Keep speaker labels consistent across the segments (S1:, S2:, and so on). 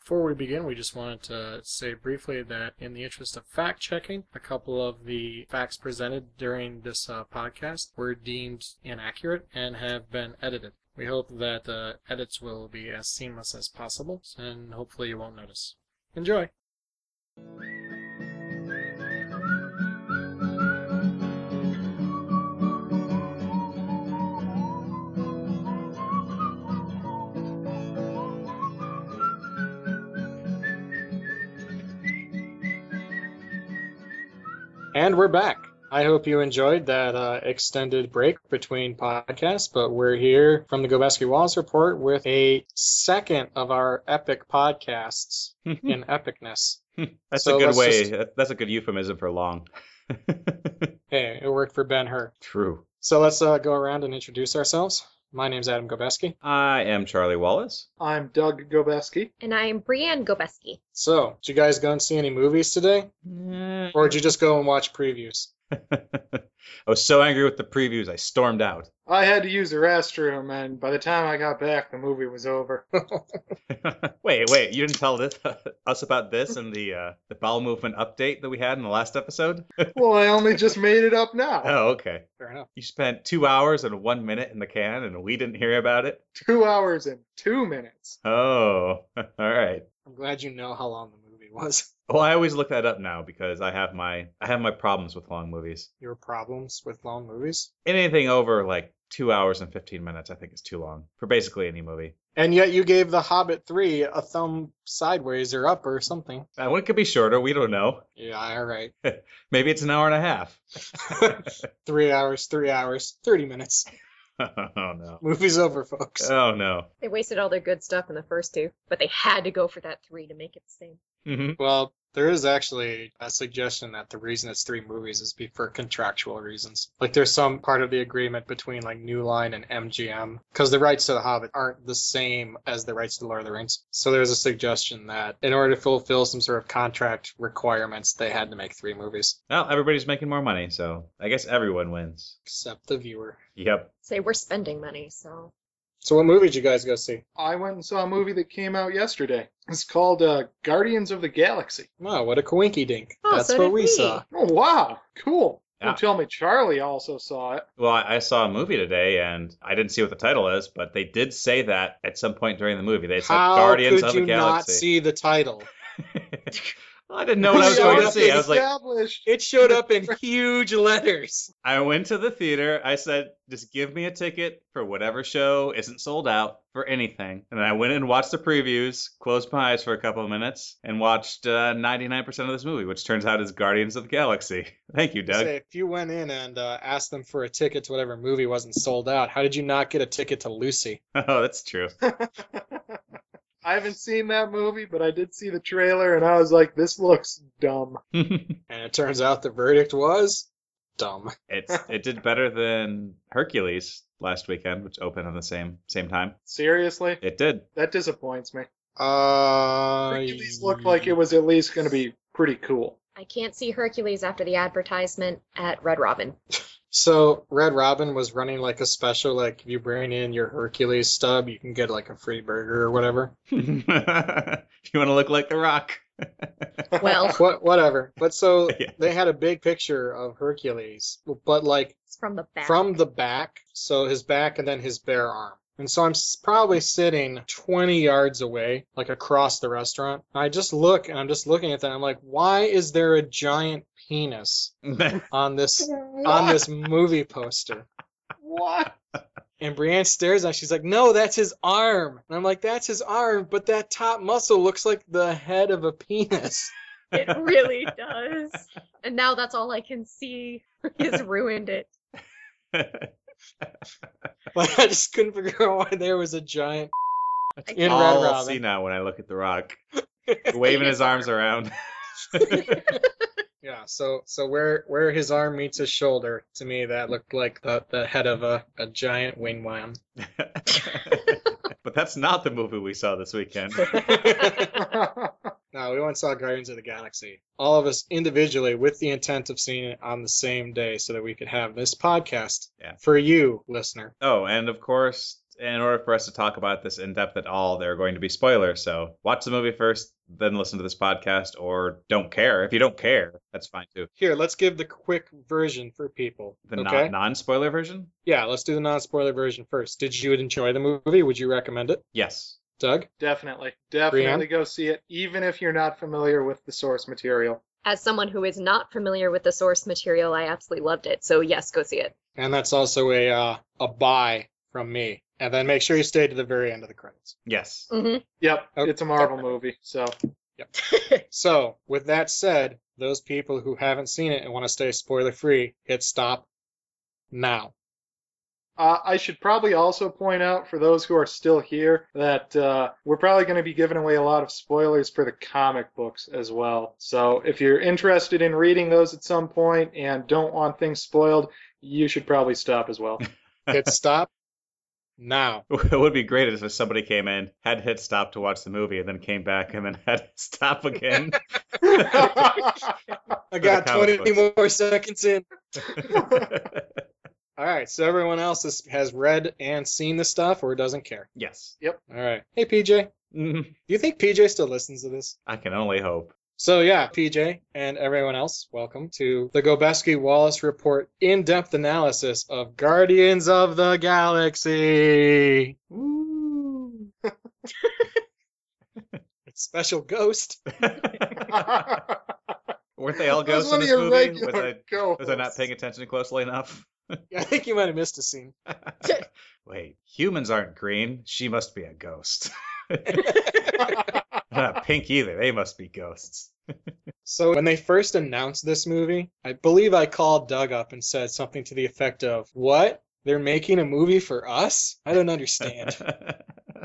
S1: Before we begin, we just wanted to say briefly that, in the interest of fact checking, a couple of the facts presented during this uh, podcast were deemed inaccurate and have been edited. We hope that the edits will be as seamless as possible, and hopefully, you won't notice. Enjoy! And we're back. I hope you enjoyed that uh, extended break between podcasts, but we're here from the Gobesky Wallace Report with a second of our epic podcasts in epicness.
S2: that's
S1: So
S2: a good
S1: let's
S2: way.
S1: just-
S2: that- That's a good euphemism for long.
S1: Hey, it worked for Ben Hur.
S2: True.
S1: So let's uh, go around and introduce ourselves. My name's Adam Gobesky.
S2: I am Charlie Wallace.
S3: I'm Doug Gobeski.
S4: And I am Brienne Gobeski.
S1: So, did you guys go and see any movies today? Or did you just go and watch previews?
S2: I was so angry with the previews, I stormed out.
S3: I had to use the restroom, and by the time I got back, the movie was over.
S2: wait, wait, you didn't tell this, us about this and the uh, the bowel movement update that we had in the last episode?
S3: well, I only just made it up now.
S2: Oh, okay.
S1: Fair enough.
S2: You spent two hours and one minute in the can, and we didn't hear about it.
S3: Two hours and two minutes.
S2: Oh, all right.
S1: I'm glad you know how long the movie was.
S2: Well, I always look that up now because I have my I have my problems with long movies.
S1: Your problems with long movies?
S2: Anything over like two hours and fifteen minutes, I think is too long for basically any movie.
S1: And yet you gave The Hobbit 3 a thumb sideways or up or something.
S2: That one Uh, could be shorter. We don't know.
S1: Yeah, all right.
S2: Maybe it's an hour and a half.
S1: Three hours, three hours, 30 minutes.
S2: oh no.
S1: Movie's over, folks.
S2: Oh no.
S4: They wasted all their good stuff in the first two, but they had to go for that three to make it the same.
S2: hmm
S1: Well, there is actually a suggestion that the reason it's three movies is be for contractual reasons. Like there's some part of the agreement between like New Line and MGM because the rights to The Hobbit aren't the same as the rights to Lord of the Rings. So there's a suggestion that in order to fulfill some sort of contract requirements, they had to make three movies,
S2: Well, everybody's making more money, so I guess everyone wins.
S1: except the viewer.
S2: Yep.
S4: Say we're spending money, so
S1: So what movie did you guys go see?
S3: I went and saw a movie that came out yesterday. It's called uh, Guardians of the Galaxy.
S1: Wow, what a coinky dink.
S4: Oh,
S1: That's
S4: so
S1: what
S4: did
S1: we,
S4: we.
S1: saw.
S3: Oh, wow. Cool.
S2: Yeah.
S3: Don't tell me Charlie also saw it.
S2: Well, I I saw a movie today, and I didn't see what the title is, but they did say that at some point during the movie. They said
S1: How
S2: Guardians
S1: could
S2: of
S1: you
S2: the
S1: not
S2: Galaxy.
S1: see the title?
S2: well, I didn't know what I was
S1: Yeah,
S2: going to
S1: it's
S2: see. I was like,
S3: established.
S1: It showed up in huge letters.
S2: I went to the theater. I said, just give me a ticket for whatever show isn't sold out for anything. And I went and watched the previews, closed my eyes for a couple of minutes, and watched uh, 99% of this movie, which turns out is Guardians of the Galaxy. Thank you, Doug.
S1: Say, if you went in and uh, asked them for a ticket to whatever movie wasn't sold out, how did you not get a ticket to Lucy?
S2: Oh, that's true.
S3: I haven't seen that movie, but I did see the trailer, and I was like, this looks dumb.
S2: it's
S1: And it turns out the verdict was dumb.
S2: it did better than Hercules last weekend, which opened on the same same time.
S3: Seriously?
S2: It did.
S3: That disappoints me.
S1: Uh,
S3: Hercules looked like it was at least going to be pretty cool.
S4: I can't see Hercules after the advertisement at Red Robin.
S1: So Red Robin was running like a special, like if you bring in your Hercules stub, you can get like a free burger or whatever.
S2: you want to look like The Rock?
S4: Well,
S1: What, whatever. But so
S2: Yeah.
S1: they had a big picture of Hercules, but like
S4: it's from the back.
S1: from the back, so his back and then his bare arm. And so I'm s- probably sitting 20 yards away, like across the restaurant. And I just look and I'm just looking at that. I'm like, why is there a giant penis on this on this movie poster?
S3: What?
S1: And Brienne stares at. It, she's like, no, that's his arm. And I'm like, that's his arm, but that top muscle looks like the head of a penis.
S4: It really does. And now that's all I can see is ruined it.
S1: Like I just couldn't figure out why there was a giant
S2: That's
S1: In Red
S2: all I'll
S1: Robin.
S2: see now when I look at The Rock, waving his arms around.
S1: Yeah, so so where where his arm meets his shoulder, to me that looked like the, the head of a, a giant wing wham.
S2: but that's not the movie we saw this weekend.
S1: no, we once saw Guardians of the Galaxy. All of us individually with the intent of seeing it on the same day so that we could have this podcast
S2: Yeah.
S1: for you, listener.
S2: Oh, and of course, in order for us to talk about this in depth at all, there are going to be spoilers. So watch the movie first, then listen to this podcast, or don't care. If you don't care, that's fine too.
S1: Here, let's give the quick version for people.
S2: The
S1: okay?
S2: non spoiler version?
S1: yeah, let's do the non-spoiler version first. Did you enjoy the movie? Would you recommend it,
S2: Yes.
S1: Doug?
S3: Definitely. Definitely go see it, even if you're not familiar with the source material.
S4: As someone who is not familiar with the source material, I absolutely loved it. So yes, go see it.
S1: And that's also a uh, a buy from me. And then make sure you stay to the very end of the credits.
S2: Yes.
S4: Mm-hmm.
S3: Yep,
S2: Oh.
S1: Okay.
S3: it's a Marvel movie, so
S1: So, with that said, those people who haven't seen it and want to stay spoiler free, hit stop now.
S3: Uh, I should probably also point out for those who are still here that uh, we're probably going to be giving away a lot of spoilers for the comic books as well. So if you're interested in reading those at some point and don't want things spoiled, you should probably stop as well.
S1: Hit stop now.
S2: It would be great if somebody came in, had hit stop to watch the movie, and then came back and then had stop again.
S1: I
S2: the
S1: got
S2: comic
S1: 20 more seconds in. All right, so everyone else is, has read and seen the stuff or doesn't care.
S2: yes.
S1: All right. Hey, PJ, do
S2: Mhm.
S1: you think PJ still listens to this?
S2: I can only hope.
S1: So yeah, PJ and everyone else, welcome to the Gobeski Wallace Report in-depth analysis of Guardians of the Galaxy. It's special ghost.
S2: Weren't they all
S3: That was
S2: ghosts in
S3: one of
S2: this
S3: your
S2: movie? Was
S3: regular
S2: I, was I not
S3: co-hosts.
S2: paying attention closely enough?
S1: I think you might have missed a scene.
S2: Wait, humans aren't green. She must be a ghost. not pink either. They must be ghosts.
S1: So when they first announced this movie, I believe I called Doug up and said something to the effect of, "What? They're making a movie for us? I don't understand."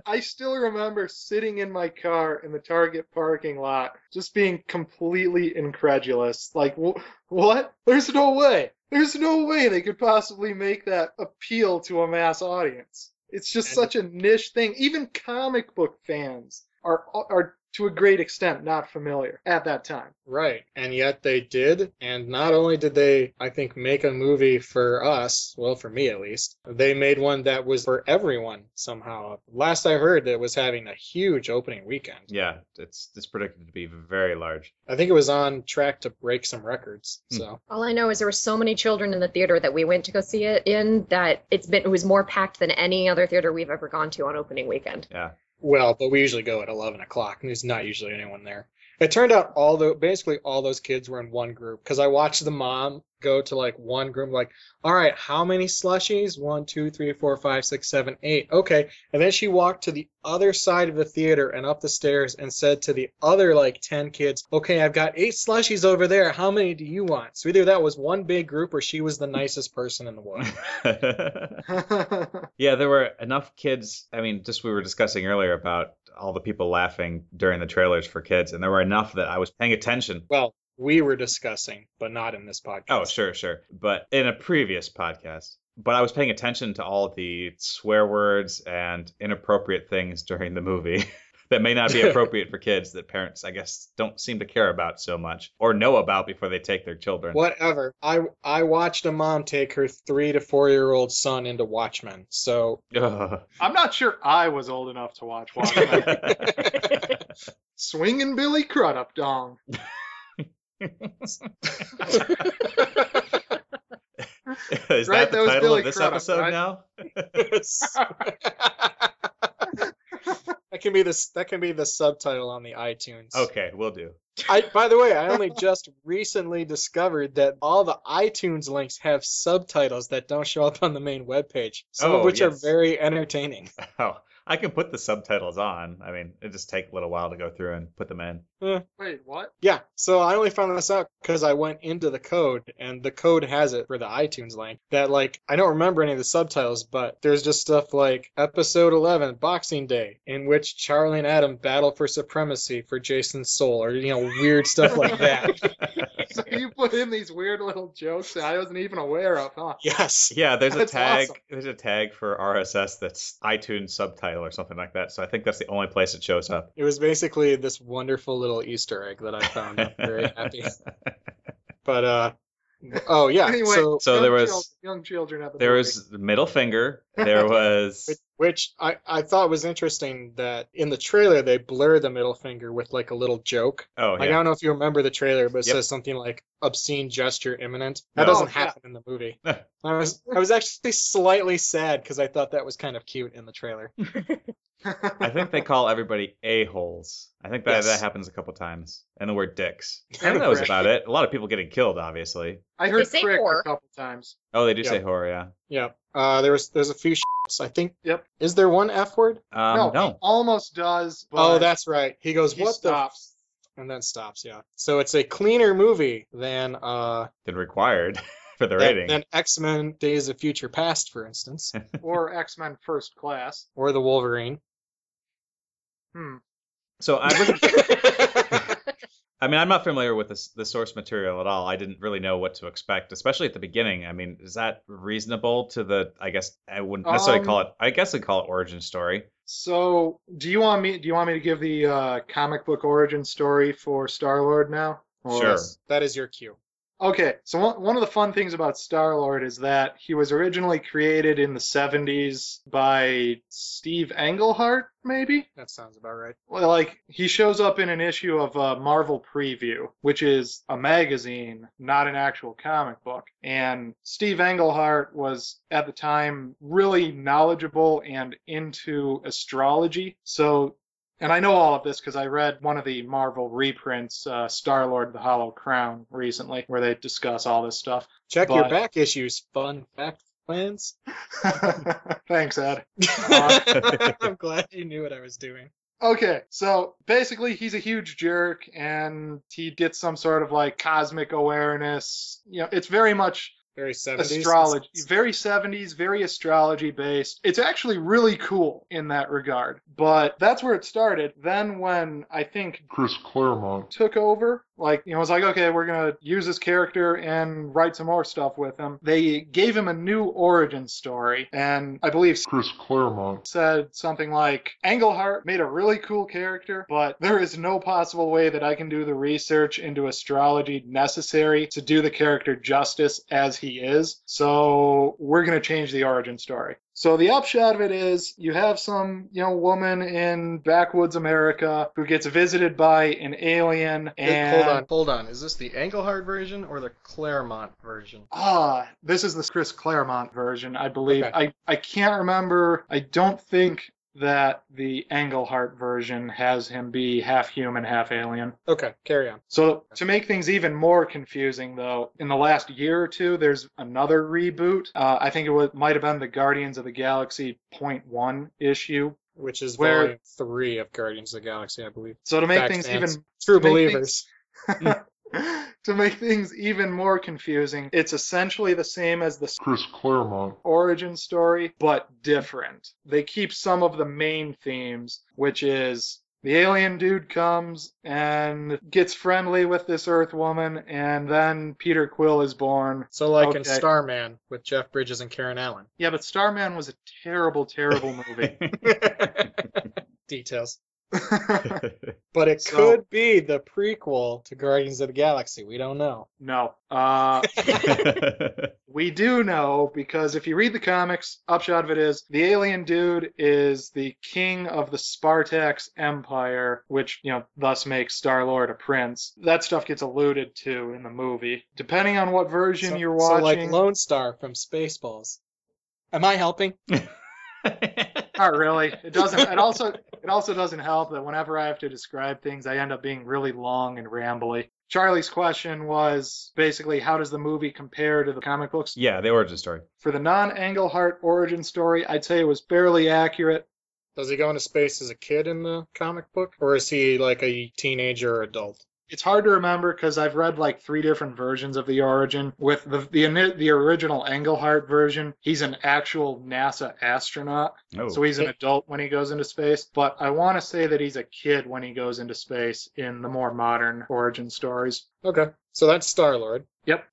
S3: I still remember sitting in my car in the Target parking lot, just being completely incredulous. Like, wh- what? There's no way. There's no way they could possibly make that appeal to a mass audience. It's just
S1: And-
S3: such a niche thing. Even comic book fans are are to a great extent not familiar at that time.
S1: Right. And yet they did. And not only did they, I think, make a movie for us, well, for me at least, they made one that was for everyone somehow. Last I heard, it was having a huge opening weekend.
S2: yeah, it's it's predicted to be very large.
S1: I think it was on track to break some records. So,
S4: All I know is there were so many children in the theater that we went to go see it in that it's been it was more packed than any other theater we've ever gone to on opening weekend.
S1: well, but we usually go at 11 o'clock, and there's not usually anyone there. It turned out all the basically all those kids were in one group because I watched the mom go to like one group, like, all right, how many slushies? One, two, three, four, five, six, seven, eight. Okay. And then she walked to the other side of the theater and up the stairs and said to the other like 10 kids, okay, I've got eight slushies over there. How many do you want? So either that was one big group or she was the nicest person in the world.
S2: yeah, there were enough kids. I mean, just we were discussing earlier about all the people laughing during the trailers for kids, and there were enough that I was paying attention.
S1: well, we were discussing, but not in this podcast.
S2: Oh, sure, sure. But in a previous podcast, but I was paying attention to all the swear words and inappropriate things during the movie that may not be appropriate for kids that parents, I guess, don't seem to care about so much or know about before they take their children.
S1: Whatever. I I watched a mom take her three to four year old son into Watchmen. So
S2: Ugh.
S3: I'm not sure I was old enough to watch Watchmen. Swinging Billy Crudup Dong.
S2: Is
S3: Right,
S2: that the
S3: that was
S2: title
S3: Billy
S2: of this
S3: Crudup,
S2: episode
S3: right?
S2: now?
S1: that can be this. That can be the subtitle on the iTunes.
S2: Okay, we'll do.
S1: I, by the way, I only just recently discovered that all the iTunes links have subtitles that don't show up on the main webpage. Some
S2: Oh,
S1: of which
S2: yes.
S1: are very entertaining.
S2: Oh, I can put the subtitles on. I mean, it just take a little while to go through and put them in.
S3: Wait, what?
S1: Yeah, so I only found this out because I went into the code, and the code has it for the iTunes link that, like, I don't remember any of the subtitles, but there's just stuff like Episode 11, Boxing Day, in which Charlie and Adam battle for supremacy for Jason's soul, or, you know, weird stuff like that.
S3: So you put in these weird little jokes that I wasn't even aware of, huh?
S1: Yes.
S2: Yeah, there's
S3: That's
S2: a tag.
S3: awesome.
S2: There's a tag for RSS that's iTunes subtitle or something like that. So I think that's the only place it shows up.
S1: It was basically this wonderful little Easter egg that I found. I'm very happy. But, uh, oh, yeah.
S3: Anyway.
S1: So
S2: So
S3: Young
S2: there
S3: chil-
S2: was
S3: young children at the
S2: there
S3: movie.
S2: was middle finger. There was
S1: which, Which I, I thought was interesting that in the trailer they blur the middle finger with like a little joke.
S2: Oh
S1: Like I
S2: yeah.
S1: don't know if you remember the trailer, but it
S2: Yep.
S1: says something like obscene gesture imminent. That
S2: No.
S1: doesn't
S3: Oh, yeah.
S1: happen in the movie. I was I was actually slightly sad because I thought that was kind of cute in the trailer.
S2: I think they call everybody a holes. I think that,
S1: Yes.
S2: that happens a couple times. And the word dicks. I think that was
S3: Correct.
S2: about it. A lot of people getting killed, obviously.
S3: I heard
S4: say
S3: prick
S4: whore.
S3: a couple times.
S2: Oh, they do
S1: Yeah.
S2: say whore, yeah.
S1: Yeah. Uh there was there's a few sh**s, I think.
S3: Yep.
S1: Is there one F word?
S2: Um,
S3: no,
S2: no.
S3: he almost does. But
S1: Oh, that's right. He goes,
S3: he
S1: "What
S3: stops.
S1: the?" f-" And then stops. Yeah. So it's a cleaner movie than uh
S2: Than required for the
S1: than,
S2: rating.
S1: than X Men: Days of Future Past, for instance,
S3: or X Men First Class.
S1: or the Wolverine.
S3: Hmm.
S2: So I was I mean, I'm not familiar with this, the source material at all. I didn't really know what to expect, especially at the beginning. I mean, is that reasonable to the? I guess I wouldn't necessarily
S3: Um,
S2: call it. I guess I'd call it origin story.
S3: So, do you want me? Do you want me to give the uh, comic book origin story for Star Lord now? Or-
S2: Sure.
S1: that is your cue.
S3: Okay, so one, one of the fun things about Star Lord is that he was originally created in the 70s by Steve Englehart, maybe?
S1: That sounds about right.
S3: Well, like, he shows up in an issue of uh, Marvel Preview, which is a magazine, not an actual comic book. And Steve Englehart was, at the time, really knowledgeable and into astrology. So and I know all of this because I read one of the Marvel reprints, uh, Star Lord: The Hollow Crown, recently, where they discuss all this stuff.
S1: Check your
S3: But-
S1: back issues. Fun fact plans.
S3: Thanks, Ed.
S1: I'm glad you knew what I was doing.
S3: Okay, so basically, he's a huge jerk, and he gets some sort of like cosmic awareness. You know, it's very much
S1: Very 70s.
S3: astrology, very 70s, very astrology based. It's actually really cool in that regard. But that's where it started. Then when I think
S5: Chris Claremont.
S3: took over. Like, you know, it was like, okay, we're going to use this character and write some more stuff with him. They gave him a new origin story. And I believe
S5: Chris Claremont.
S3: said something like Englehart made a really cool character, but there is no possible way that I can do the research into astrology necessary to do the character justice as he is. So we're going to change the origin story. So the upshot of it is you have some, you know, woman in backwoods America who gets visited by an alien and
S1: Hold on, hold on. Is this the Englehart version or the Claremont version?
S3: Ah, this is the Chris Claremont version, I believe.
S1: Okay.
S3: I, I can't remember. I don't think that the Englehart version has him be half human, half alien.
S1: Okay, carry on.
S3: So to make things even more confusing, though, in the last year or two, there's another reboot. Uh, I think it was, might have been the Guardians of the Galaxy Point One issue.
S1: Which is
S3: Where-
S1: volume three of Guardians of the Galaxy, I believe.
S3: So to make
S1: Fact
S3: things
S1: fans.
S3: even
S1: True
S3: Make things-
S1: believers.
S3: to make things even more confusing, it's essentially the same as the
S5: Chris Claremont.
S3: origin story, but different. They keep some of the main themes, which is the alien dude comes and gets friendly with this Earth woman, and then Peter Quill is born.
S1: So like in
S3: Okay.
S1: Starman with Jeff Bridges and Karen Allen.
S3: Yeah, but Starman was a terrible, terrible movie.
S1: Details. But it
S3: So-
S1: could be the prequel to Guardians of the Galaxy. We don't know.
S3: no. Uh, We do know because if you read the comics, upshot of it is the alien dude is the king of the Spartax Empire, which, you know, thus makes Star Lord a prince. That stuff gets alluded to in the movie. Depending on what version
S1: So-
S3: you're
S1: so
S3: watching.
S1: like Lone Star from Spaceballs. Am I helping?
S3: Not really. It doesn't it also it also doesn't help that whenever I have to describe things I end up being really long and rambly. Charlie's question was basically how does the movie compare to the comic books?
S2: yeah, the origin story.
S3: For the non-Englehart origin story, I'd say it was fairly accurate.
S1: Does he go into space as a kid in the comic book, or is he like a teenager or adult?
S3: it's hard to remember because I've read like three different versions of the origin. With the the ini- the original Englehart version, he's an actual NASA astronaut,
S2: Oh,
S3: so he's an adult when he goes into space. But I want to say that he's a kid when he goes into space in the more modern origin stories.
S1: Okay, so that's Star Lord.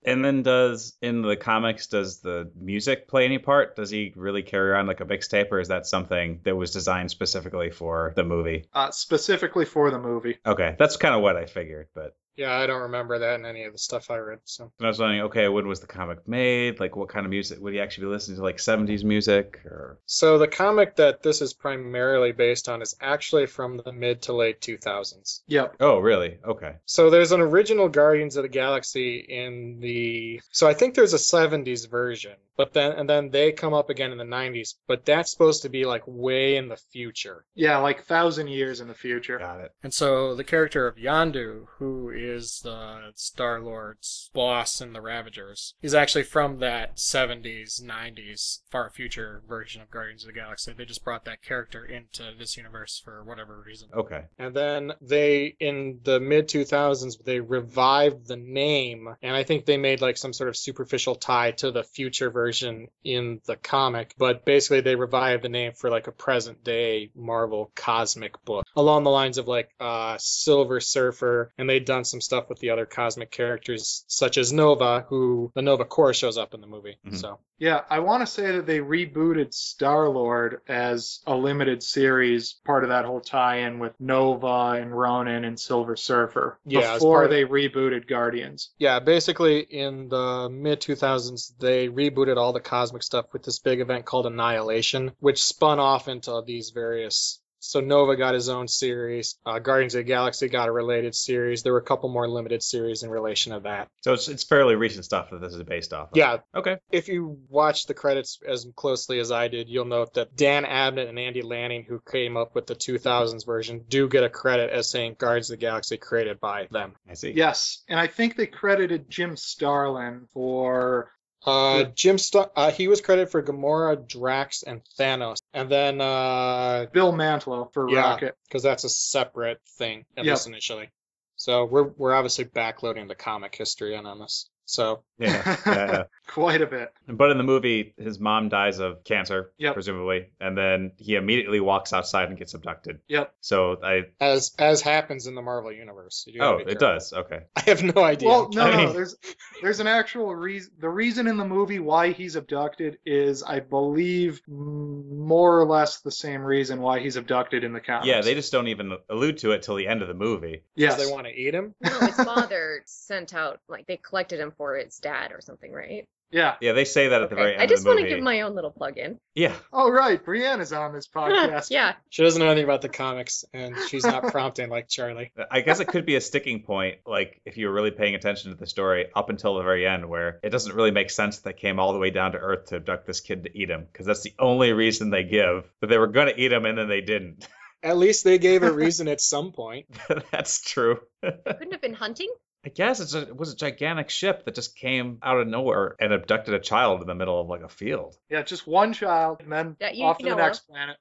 S2: and then does in the comics does the music play any part? Does he really carry around like a mixtape, or is that something that was designed specifically for the movie?
S3: Uh, specifically for the movie.
S2: Okay, that's kind of what I figured, but
S1: Yeah, I don't remember that in any of the stuff I read. So
S2: And I was wondering, okay, when was the comic made? Like, what kind of music would he actually be listening to? Like 70s music or
S1: So the comic that this is primarily based on is actually from the mid to late 2000s.
S3: Yep.
S2: Oh, really? Okay.
S1: So there's an original Guardians of the Galaxy in the so I think there's a 70s version, but then and then they come up again in the 90s, but that's supposed to be like way in the future.
S3: Yeah, like thousand years in the future.
S2: Got it.
S6: And so the character of Yondu, who is the Star Lord's boss in the Ravagers, is actually from that 70s, 90s, far future version of Guardians of the Galaxy. They just brought that character into this universe for whatever reason.
S2: Okay.
S1: And then they in the mid 2000s they revived the name and I think they made like some sort of superficial tie to the future version in the comic, but basically they revived the name for like a present day Marvel cosmic book along the lines of like uh Silver Surfer and they'd done some stuff with the other cosmic characters such as Nova who the Nova Corps shows up in the movie.
S2: Mhm.
S1: So
S3: Yeah, I want to say that they rebooted Star Lord as a limited series, part of that whole tie-in with Nova and Ronin and Silver Surfer.
S1: Yeah, as part
S3: before
S1: of-
S3: they rebooted Guardians.
S1: Yeah, basically in the mid 2000s, they rebooted all the cosmic stuff with this big event called Annihilation, which spun off into these various. So Nova got his own series, uh, Guardians of the Galaxy got a related series. There were a couple more limited series in relation to that.
S2: So it's, it's fairly recent stuff that this is based off of.
S1: Yeah,
S2: Okay.
S1: if you watch the credits as closely as I did, you'll note that Dan Abnett and Andy Lanning, who came up with the 2000s version, do get a credit as saying Guardians of the Galaxy created by them.
S2: I see.
S3: Yes, and I think they credited Jim Starlin for
S1: Uh,
S3: Yeah.
S1: Jim St- uh, he was credited for Gamora, Drax, and Thanos, and then uh,
S3: Bill Mantlo for
S1: Yeah.
S3: Rocket.
S1: because that's a separate thing at
S3: Yeah.
S1: least initially. So we're we're obviously backloading the comic history in on this. So
S2: Yeah. yeah.
S3: Quite a bit.
S2: But in the movie, his mom dies of cancer,
S3: Yep.
S2: presumably, and then he immediately walks outside and gets abducted.
S3: Yep.
S2: So I
S1: as as happens in the Marvel universe, you do
S2: oh,
S1: gotta be
S2: it
S1: careful.
S2: does. Okay.
S1: I have no idea.
S3: Well, no,
S2: I
S3: no.
S2: mean-
S3: There's there's an actual reason. The reason in the movie why he's abducted is, I believe, m- more or less the same reason why he's abducted in the comics.
S2: Yeah, they just don't even allude to it till the end of the movie.
S1: Because
S3: Yes.
S1: they want to eat him.
S4: No, his father sent out like they collected him for his dad or something, right?
S3: yeah.
S2: Yeah, they say that at the
S4: Okay,
S2: very end
S4: I
S2: of
S4: just
S2: the
S4: want
S2: movie.
S4: to give my own little plug in.
S2: Yeah.
S3: Oh right, Brianna's on this podcast.
S4: yeah.
S1: She doesn't know anything about the comics, and she's not prompting like Charlie.
S2: I guess it could be a sticking point, like if you're really paying attention to the story up until the very end, where it doesn't really make sense that they came all the way down to Earth to abduct this kid to eat him, because that's the only reason they give that they were going to eat him and then they didn't.
S1: At least they gave a reason at some point.
S2: that's true. I
S4: Couldn't have been hunting.
S2: guess it's a, it was a gigantic ship that just came out of nowhere and abducted a child in the middle of like a field.
S3: Yeah, just one child, and then
S4: That you
S3: off to the
S4: know
S3: next planet.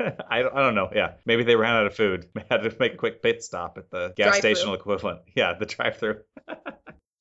S2: I don't, I don't know. Yeah, maybe they ran out of food. They had to make a quick pit stop at the gas
S4: Drive-thru.
S2: station equivalent. Yeah, the drive-through.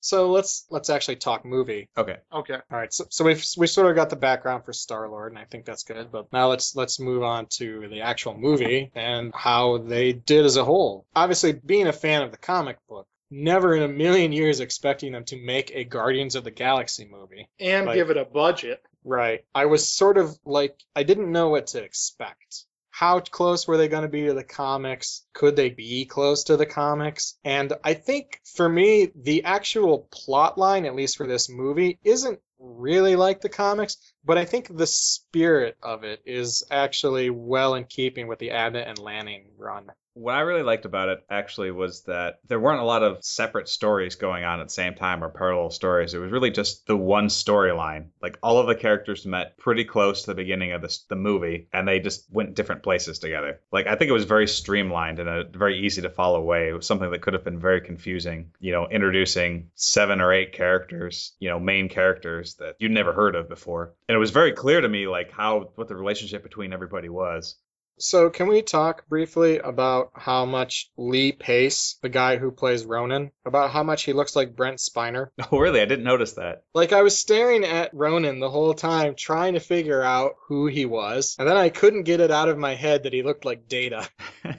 S1: So let's let's actually talk movie.
S2: Okay.
S3: Okay.
S1: All right, so, so we've we sort of got the background for Star Lord, and I think that's good. But now let's let's move on to the actual movie and how they did as a whole. Obviously, being a fan of the comic book, never in a million years expecting them to make a Guardians of the Galaxy movie.
S3: And
S1: Like-
S3: give it a budget.
S1: Right. I was sort of like I didn't know what to expect. How close were they going to be to the comics? Could they be close to the comics? And I think for me, the actual plot line, at least for this movie, isn't really like the comics, but I think the spirit of it is actually well in keeping with the Abbott and Lanning run.
S2: What I really liked about it actually was that there weren't a lot of separate stories going on at the same time or parallel stories. It was really just the one storyline. Like all of the characters met pretty close to the beginning of this, the movie and they just went different places together. Like I think it was very streamlined and a very easy to follow way. It was something that could have been very confusing, you know, introducing seven or eight characters, you know, main characters that you'd never heard of before. And it was very clear to me like how what the relationship between everybody was.
S1: So, can we talk briefly about how much Lee Pace, the guy who plays Ronan, about how much he looks like Brent Spiner?
S2: Oh, really? I didn't notice that.
S1: Like I was staring at Ronan the whole time, trying to figure out who he was, and then I couldn't get it out of my head that he looked like Data.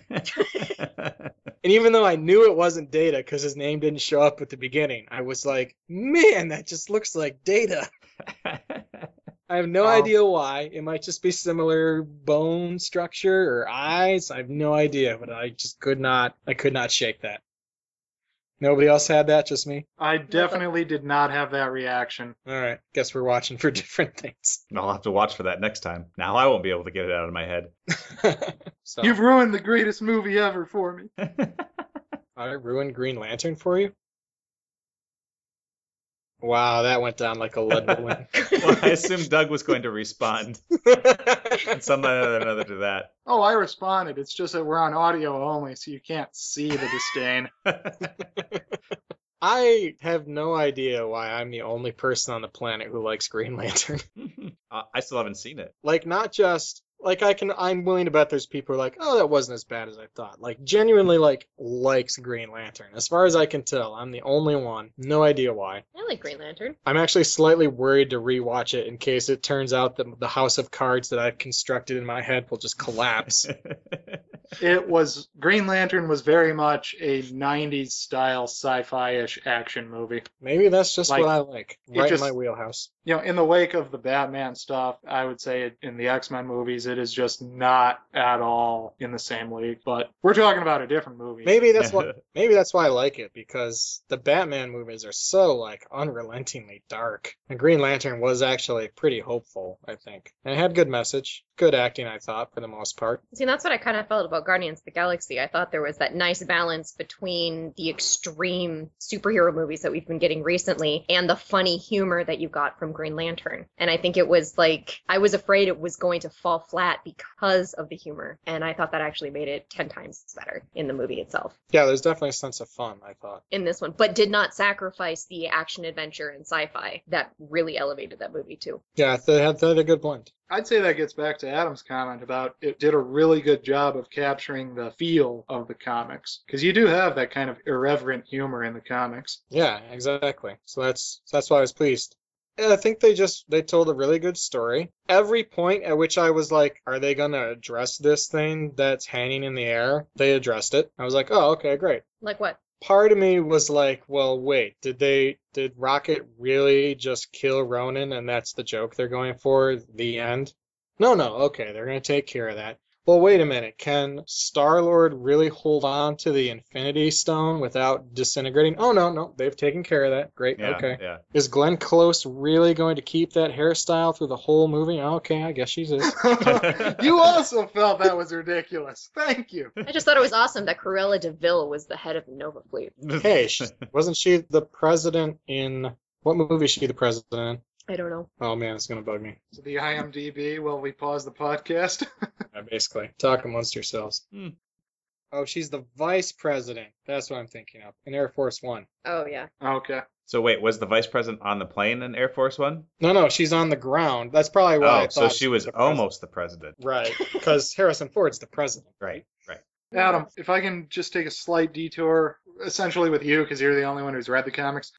S1: And even though I knew it wasn't Data because his name didn't show up at the beginning, I was like, "Man, that just looks like Data." I have no
S3: Wow.
S1: idea why. It might just be similar bone structure or eyes. I have no idea, but I just could not. I could not shake that. Nobody else had that, just me.
S3: I definitely did not have that reaction.
S1: All right, guess we're watching for different things.
S2: And I'll have to watch for that next time. Now I won't be able to get it out of my head.
S1: so
S3: You've ruined the greatest movie ever for me.
S1: I ruined Green Lantern for you. Wow, that went down like a lead balloon.
S2: well, I assumed Doug was going to respond and somehow or another to that.
S3: Oh, I responded. It's just that we're on audio only, so you can't see the disdain.
S1: I have no idea why I'm the only person on the planet who likes Green Lantern.
S2: I I still haven't seen it.
S1: like not just like I can I'm willing to bet there's people who are like, oh that wasn't as bad as I thought. Like genuinely like likes Green Lantern. As far as I can tell, I'm the only one. No idea why.
S4: I like Green Lantern.
S1: I'm actually slightly worried to rewatch it in case it turns out that the house of cards that I've constructed in my head will just collapse.
S3: It was Green Lantern was very much a 90s style sci-fi-ish action movie.
S1: Maybe that's just
S3: Like,
S1: what I like.
S3: it
S1: Right
S3: just-
S1: in my wheelhouse.
S3: You know, in the wake of the Batman stuff, I would say it, in the X-Men movies, it is just not at all in the same league. But we're talking about a different movie.
S1: Maybe that's why maybe that's why I like it, because the Batman movies are so like unrelentingly dark. And Green Lantern was actually pretty hopeful, I think. And it had good message. Good acting, I thought, for the most part.
S4: See, that's what I kind of felt about Guardians of the Galaxy. I thought there was that nice balance between the extreme superhero movies that we've been getting recently and the funny humor that you got from Green Lantern. And I think it was like, I was afraid it was going to fall flat because of the humor. And I thought that actually made it 10 times better in the movie itself,
S1: Yeah, there's definitely a sense of fun, I thought.
S4: in this one, but did not sacrifice the action adventure and sci fi that really elevated that movie, too.
S1: Yeah, they had, they had a good blend.
S3: I'd say that gets back to Adam's comment about it did a really good job of capturing the feel of the comics. Because you do have that kind of irreverent humor in the comics.
S1: Yeah, exactly. So that's that's why I was pleased. And I think they just they told a really good story. Every point at which I was like, are they gonna address this thing that's hanging in the air? They addressed it. I was like, oh, okay, great.
S4: Like what?
S1: part of me was like, well, wait, did they did Rocket really just kill Ronan and that's the joke they're going for, the end? No, no, okay, they're going to take care of that. Well, wait a minute. Can Star-Lord really hold on to the Infinity Stone without disintegrating? Oh, no, no. They've taken care of that. Great.
S2: Yeah,
S1: okay.
S2: yeah.
S1: Is Glenn Close really going to keep that hairstyle through the whole movie? Oh, Okay, I guess she is.
S3: you also felt that was ridiculous. Thank you.
S4: I just thought it was awesome that Corella DeVille was the head of the Nova Fleet.
S1: hey, sh- wasn't she the president in what movie is she the president in?
S4: I don't know.
S1: Oh man, it's going to bug me.
S3: So the IMDb while we pause the podcast.
S1: Yeah, basically. Talk amongst yourselves.
S2: Hmm.
S1: Oh, she's the vice president. That's what I'm thinking of. In Air Force One.
S4: Oh, yeah.
S3: okay.
S2: So wait, was the vice president on the plane in Air Force One?
S1: No, no, she's on the ground. That's probably why. I
S2: oh, so
S1: thought
S2: she was
S1: the president.
S2: almost the president.
S1: right because Harrison Ford's the president.
S2: Right, right.
S3: Adam, if I can just take a slight detour, essentially with you, because you're the only one who's read the comics.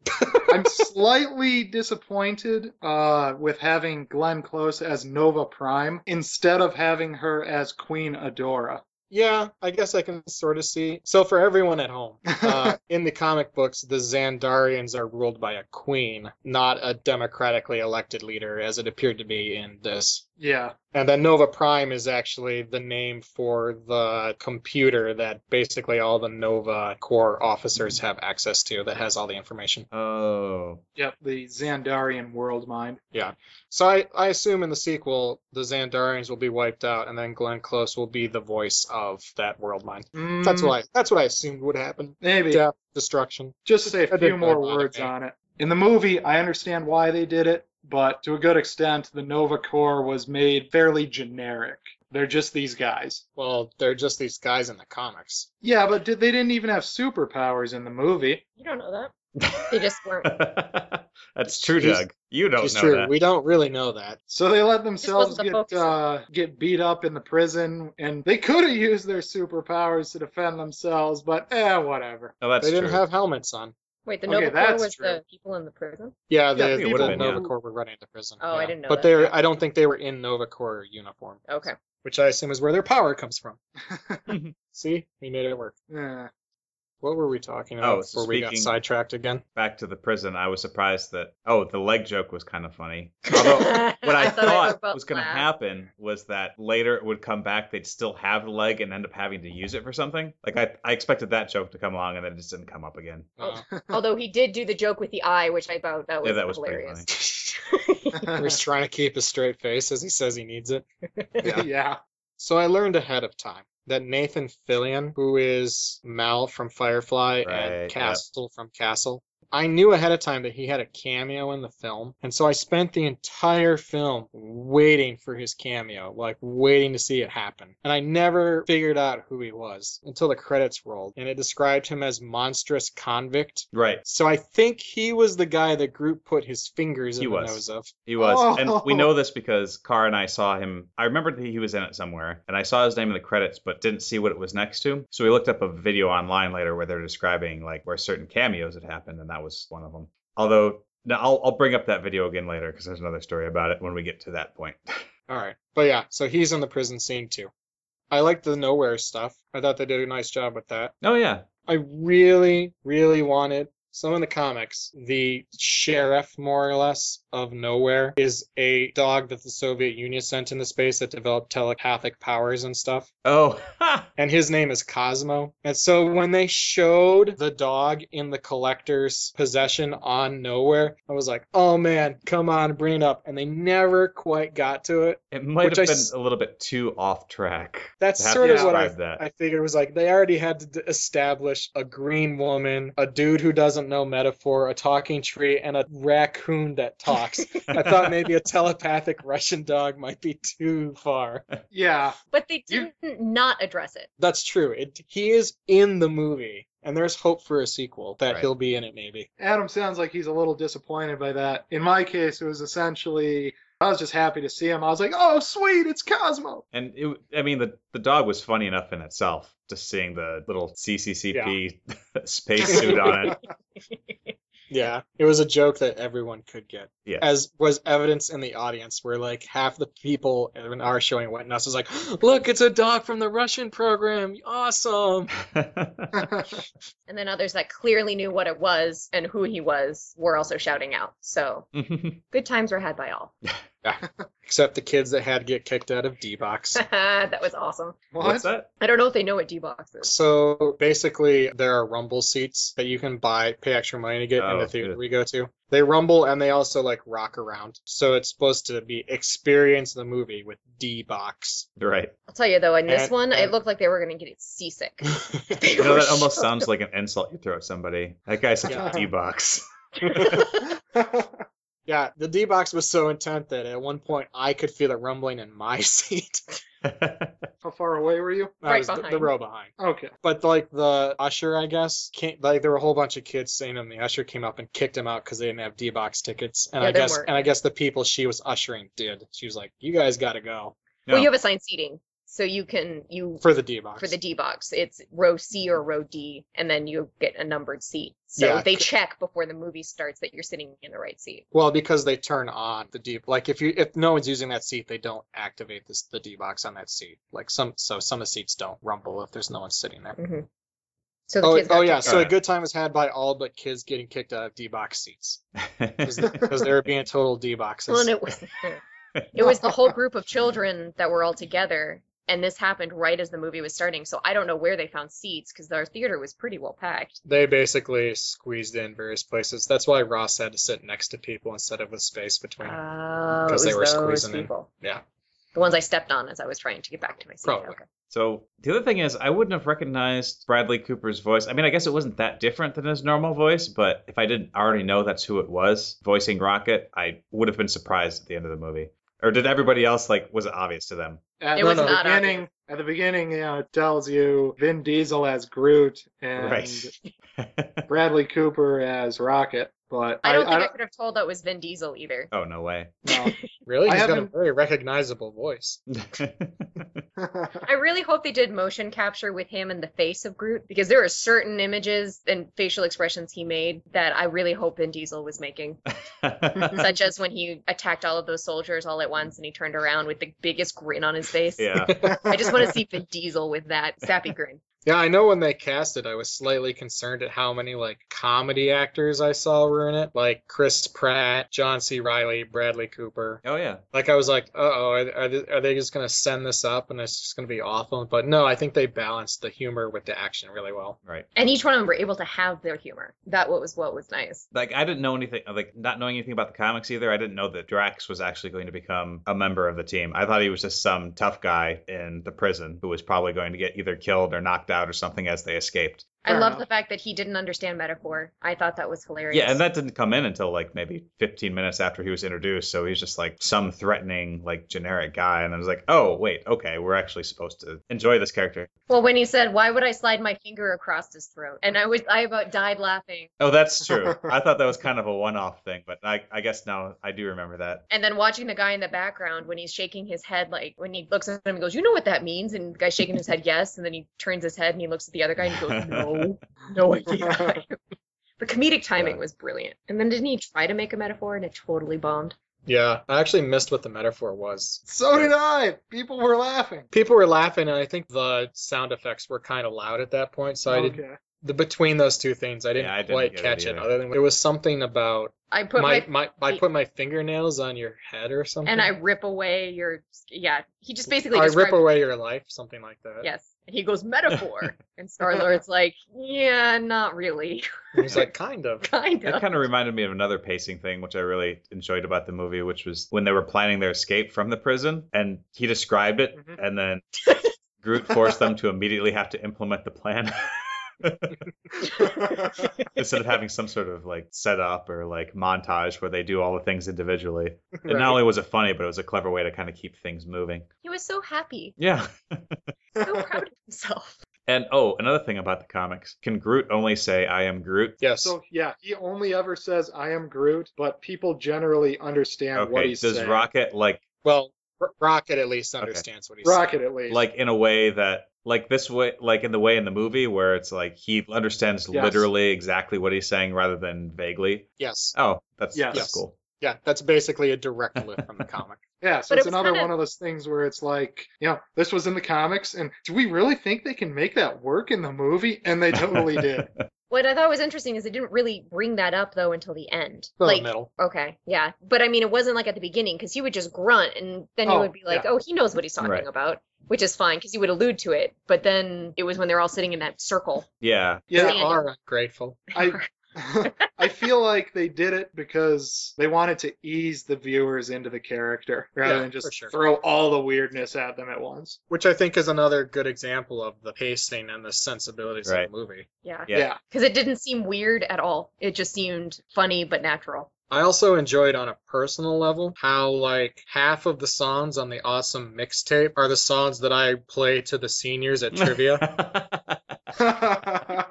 S3: I'm slightly disappointed uh, with having Glenn Close as Nova Prime instead of having her as Queen Adora.
S1: Yeah, I guess I can sort of see. So for everyone at home, uh, in the comic books, the Xandarians are ruled by a queen, not a democratically elected leader, as it appeared to be in this.
S3: Yeah.
S1: And then Nova Prime is actually the name for the computer that basically all the Nova Corps officers have access to that has all the information.
S2: Oh,
S3: Yep. The Xandarian world mind.
S1: So I, I assume in the sequel, the Xandarians will be wiped out, and then Glenn Close will be the voice of that world mind. That's
S3: Mm,
S1: what I, that's what I assumed would happen.
S3: Maybe.
S1: Death, destruction.
S3: Just say a
S1: That
S3: few
S1: didn't
S3: more
S1: really bother
S3: words
S1: me.
S3: on it. In the movie, I understand why they did it, but to a good extent, the Nova Corps was made fairly generic. They're just these guys.
S1: Well, they're just these guys in the comics.
S3: Yeah, but did, they didn't even have superpowers in the movie.
S4: You don't know that. They just weren't.
S2: that's true,
S1: He's-
S2: Doug. You don't
S1: it's
S2: know
S1: true.
S2: that.
S1: We don't really know that.
S3: So they let
S4: wasn't
S3: themselves
S4: the
S3: get
S4: focus.
S3: uh, get beat up in the prison, and they could have used their superpowers to defend themselves, but eh, whatever.
S2: oh, that's
S1: they didn't
S2: true.
S1: have helmets on.
S4: Wait, the
S3: Okay,
S4: Nova Corps
S3: that's
S4: was
S3: true.
S4: the people in the prison?
S1: Yeah,
S2: Yeah,
S1: they,
S2: they
S1: the
S2: would've
S1: Nova
S2: been, yeah.
S1: Corps were running into prison.
S4: Oh, I
S1: yeah.
S4: didn't know
S1: But
S4: that.
S1: they're I don't think they were in Nova Corps uniform.
S4: Okay.
S1: which I assume is where their power comes from. See, we made it work.
S3: Eh.
S1: What were we talking
S2: Oh,
S1: about
S2: so
S1: before we got
S2: speaking-
S1: sidetracked again?
S2: Back to the prison, I was surprised that oh, the leg joke was kind of funny. Although what I,
S4: we were
S2: thought
S4: both
S2: was going to
S4: laugh.
S2: happen was that later it would come back, they'd still have the leg and end up having to use it for something. Like I, I expected that joke to come along, and then it just didn't come up again.
S1: Uh,
S4: Although he did do the joke with the eye, which I thought that was,
S2: yeah, that was pretty
S4: hilarious.
S2: funny.
S1: he was trying to keep a straight face as he says he needs it.
S3: yeah.
S1: So I learned ahead of time that Nathan Fillion, who is Mal from Firefly
S2: Right, yep.
S1: and Castle from Castle, I knew ahead of time that he had a cameo in the film. And so I spent the entire film waiting for his cameo, like waiting to see it happen. And I never figured out who he was until the credits rolled and it described him as monstrous convict.
S2: Right,
S1: So I think he was the guy the group put his fingers in
S2: He
S1: the
S2: was.
S1: nose of.
S2: he was, and we
S3: Oh.
S2: know this because Car and I saw him. I remembered that he was in it somewhere, and I saw his name in the credits, but didn't see what it was next to. So we looked up a video online later where they're describing like where certain cameos had happened, and that was one of them. Although. No, I'll, I'll bring up that video again later because there's another story about it when we get to that point.
S1: All right. But yeah, so he's in the prison scene too. I like the nowhere stuff. I thought they did a nice job with that.
S2: oh yeah,
S1: I really, really wanted. So in the comics, the sheriff, more or less, of nowhere is a dog that the Soviet Union sent into space that developed telepathic powers and stuff.
S2: Oh,
S1: And his name is Cosmo. And so when they showed the dog in the collector's possession on nowhere, I was like, oh man, come on, bring it up. And they never quite got to it.
S2: it might
S1: Which I
S2: have been
S1: s-
S2: a little bit too off track.
S1: That's
S2: Have
S1: sort
S2: you
S1: of what I,
S2: described that?
S1: I figured was like they already had to d- establish a green woman, a dude who doesn't know metaphor, a talking tree, and a raccoon that talks. I thought maybe a telepathic Russian dog might be too far.
S3: Yeah.
S4: But they
S3: You-
S4: didn't not address it.
S1: That's true. It, he is in the movie, and there's hope for a sequel that
S2: Right.
S1: he'll be in it maybe.
S3: Adam sounds like he's a little disappointed by that. In my case, it was essentially I was just happy to see him. I was like, oh sweet, it's Cosmo.
S2: and it, I mean, the the dog was funny enough in itself. Just seeing the little CCCP space suit on it.
S1: Yeah, it was a joke that everyone could get.
S2: Yeah.
S1: As was evidence in the audience, where like half the people in our showing went nuts. Was like, look, it's a dog from the Russian program. Awesome.
S4: And then others that clearly knew what it was and who he was were also shouting out. So good times were had by all.
S1: Except the kids that had to get kicked out of D box.
S4: that was awesome.
S2: What's that?
S4: I don't know if they know what D box is.
S1: so basically, there are rumble seats that you can buy, pay extra money to get in
S2: Oh,
S1: the theater
S2: good.
S1: we go to. They rumble and they also like rock around. So it's supposed to be experience the movie with D box.
S2: Right.
S4: I'll tell you though, in this
S1: And-
S4: one, it
S1: and-
S4: looked like they were going to get seasick. They
S2: You know,
S4: were
S2: that almost
S4: shook.
S2: sounds like an insult you throw at somebody. That guy's such
S1: Yeah.
S2: a D box.
S1: Yeah, the D box was so intent that at one point I could feel it rumbling in my seat.
S3: How far away were you?
S1: I
S4: Right
S1: was the, the
S4: behind.
S1: row behind.
S3: Okay.
S1: But like the usher, I guess, came, like there were a whole bunch of kids saying him. The usher came up and kicked him out because they didn't have D box tickets. And
S4: Yeah,
S1: I
S4: there
S1: guess,
S4: weren't.
S1: and I guess the people she was ushering did. She was like, "You guys got to go
S4: Well,
S2: No.
S4: you have assigned seating, so you can you
S1: for the D box."
S4: for the D box. It's row C or row D, and then you get a numbered seat. So
S1: Yeah,
S4: they
S1: c-
S4: check before the movie starts that you're sitting in the right seat.
S1: Well, because they turn on the D. Like if you if no one's using that seat, they don't activate this the D box on that seat. Like some so some of the seats don't rumble if there's no one sitting there.
S4: hmm So the
S1: Oh,
S4: kids got
S1: oh
S4: to-
S1: yeah, so a
S2: Alright.
S1: good time was had by all but kids getting kicked out of D box seats because they were being total D boxes.
S4: Well, and it was it was the whole group of children that were all together, and this happened right as the movie was starting. So I don't know where they found seats because our theater was pretty well packed.
S1: they basically squeezed in various places. That's why Ross had to sit next to people instead of with space between.
S4: Oh, it
S1: 'Cause they
S4: was
S1: were
S4: those
S1: squeezing in.
S4: people.
S1: Yeah.
S4: The ones I stepped on as I was trying to get back to my seat.
S1: Probably.
S4: Okay.
S2: so the other thing is, I wouldn't have recognized Bradley Cooper's voice. I mean, I guess it wasn't that different than his normal voice, but if I didn't already know that's who it was voicing Rocket, I would have been surprised at the end of the movie. Or did everybody else like? Was it obvious to them?
S3: At
S4: It
S1: was
S3: the
S1: not
S3: beginning, at the beginning, you know, it tells you Vin Diesel as Groot and
S2: Right.
S3: Bradley Cooper as Rocket. But
S4: I don't
S3: I
S4: think I, could have told that was Vin Diesel either.
S2: oh no way.
S3: don't
S1: Really,
S3: I
S1: he's got a
S3: haven't-
S1: very recognizable voice.
S3: know.
S4: I really hope they did motion capture with him and the face of Groot because there are certain images and facial expressions he made that I really hope Vin Diesel was making, such as when he attacked all of those soldiers all at once and he turned around with the biggest grin on his face.
S2: yeah.
S4: I just want to see Vin Diesel with that sappy grin.
S1: Yeah, I know when they cast it, I was slightly concerned at how many like comedy actors I saw ruin it, like Chris Pratt, John C. Riley, Bradley Cooper.
S2: Oh yeah,
S1: Like I was like, uh oh, are, are, they, are they just gonna send this up and it's just gonna be awful? But no, I think they balanced the humor with the action really well.
S2: right.
S4: And each one of them were able to have their humor. That was what was nice.
S2: Like I didn't know anything. Like not knowing anything about the comics either, I didn't know that Drax was actually going to become a member of the team. I thought he was just some tough guy in the prison who was probably going to get either killed or knocked out or something as they escaped.
S4: I
S3: Fair
S4: love
S3: enough.
S4: the fact that he didn't understand metaphor. I thought that was hilarious.
S2: Yeah, and that didn't come in until like maybe 15 minutes after he was introduced. So he's just like some threatening, like generic guy. And I was like, oh, wait, okay, we're actually supposed to enjoy this character.
S4: Well, when he said, "Why would I slide my finger across his throat?" and I was, I about died laughing.
S2: Oh, that's true. I thought that was kind of a one off thing, but I, I guess now I do remember that.
S4: And then watching the guy in the background when he's shaking his head, like when he looks at him and goes, "You know what that means?" and the guy's shaking his head, yes. And then he turns his head and he looks at the other guy and he goes, "No, no idea." the comedic timing
S2: Yeah.
S4: was brilliant. And then didn't he try to make a metaphor and it totally bombed?
S1: Yeah, I actually missed what the metaphor was.
S3: So did I. People were laughing.
S1: People were laughing, and I think the sound effects were kind of loud at that point. So I didn't.
S3: Okay.
S1: The between those two things, I didn't,
S2: Oh, I didn't
S1: quite
S2: get it
S1: catch it.
S2: either.
S1: Other than it was something about
S4: I put
S1: my,
S4: my,
S1: my, I put my fingernails on your head or something.
S4: and I rip away your yeah. He just basically
S1: I
S4: described
S1: rip away your life, something like that.
S4: yes. And he goes metaphor, and Star Lord's like, "Yeah, not really,
S1: And he's like, kind of.
S4: kind
S2: It
S4: of."
S2: kind of reminded me of another pacing thing, which I really enjoyed about the movie, which was when they were planning their escape from the prison, and he described it,
S3: Mhm.
S2: and then Groot forced them to immediately have to implement the plan instead of having some sort of like setup or like montage where they do all the things individually. And
S1: Right.
S2: not only was it funny, but it was a clever way to kind of keep things moving.
S4: He was so happy,
S2: Yeah.
S4: so proud of himself.
S2: And oh, another thing about the comics can Groot only say, I am Groot?
S1: Yes.
S3: so yeah, he only ever says "I am Groot," but people generally understand what
S2: Okay,
S3: he's
S2: does
S3: saying.
S2: Rocket like
S1: well, R- Rocket at least understands what he's
S3: Rocket at least.
S2: like in a way that like this way like in the way in the movie where it's like he understands
S3: Yes.
S2: literally exactly what he's saying rather than vaguely
S1: Yes.
S2: oh that's
S3: Yes.
S2: that's cool
S1: Yeah, that's basically a direct lift from the comic.
S3: yeah, so
S4: but it
S3: it's
S4: was
S3: another
S4: kinda-
S3: one of those things where it's like, you know, this was in the comics, and do we really think they can make that work in the movie? And they totally did.
S4: What I thought was interesting is they didn't really bring that up though until the end.
S1: From
S4: like,
S1: the middle.
S4: okay, yeah, but I mean, it wasn't like at the beginning because he would just grunt, and then you
S3: Oh,
S4: would be like, "Oh, he knows what he's talking
S2: Right.
S4: about." Which is fine because he would allude to it, but then it was when they're all sitting in that circle.
S2: yeah
S3: Yeah,
S1: They are ungrateful.
S3: I I feel like they did it because they wanted to ease the viewers into the character rather
S1: Yeah,
S3: than
S1: for
S3: just
S1: sure.
S3: throw all the weirdness at them at once.
S1: Which I think is another good example of the pacing and the sensibilities
S2: Right.
S1: of the movie.
S4: yeah,
S2: Yeah.
S3: yeah.
S4: because it didn't seem weird at all. It just seemed funny but natural.
S1: I also enjoyed on a personal level how like half of the songs on the awesome mixtape are the songs that I play to the seniors at trivia.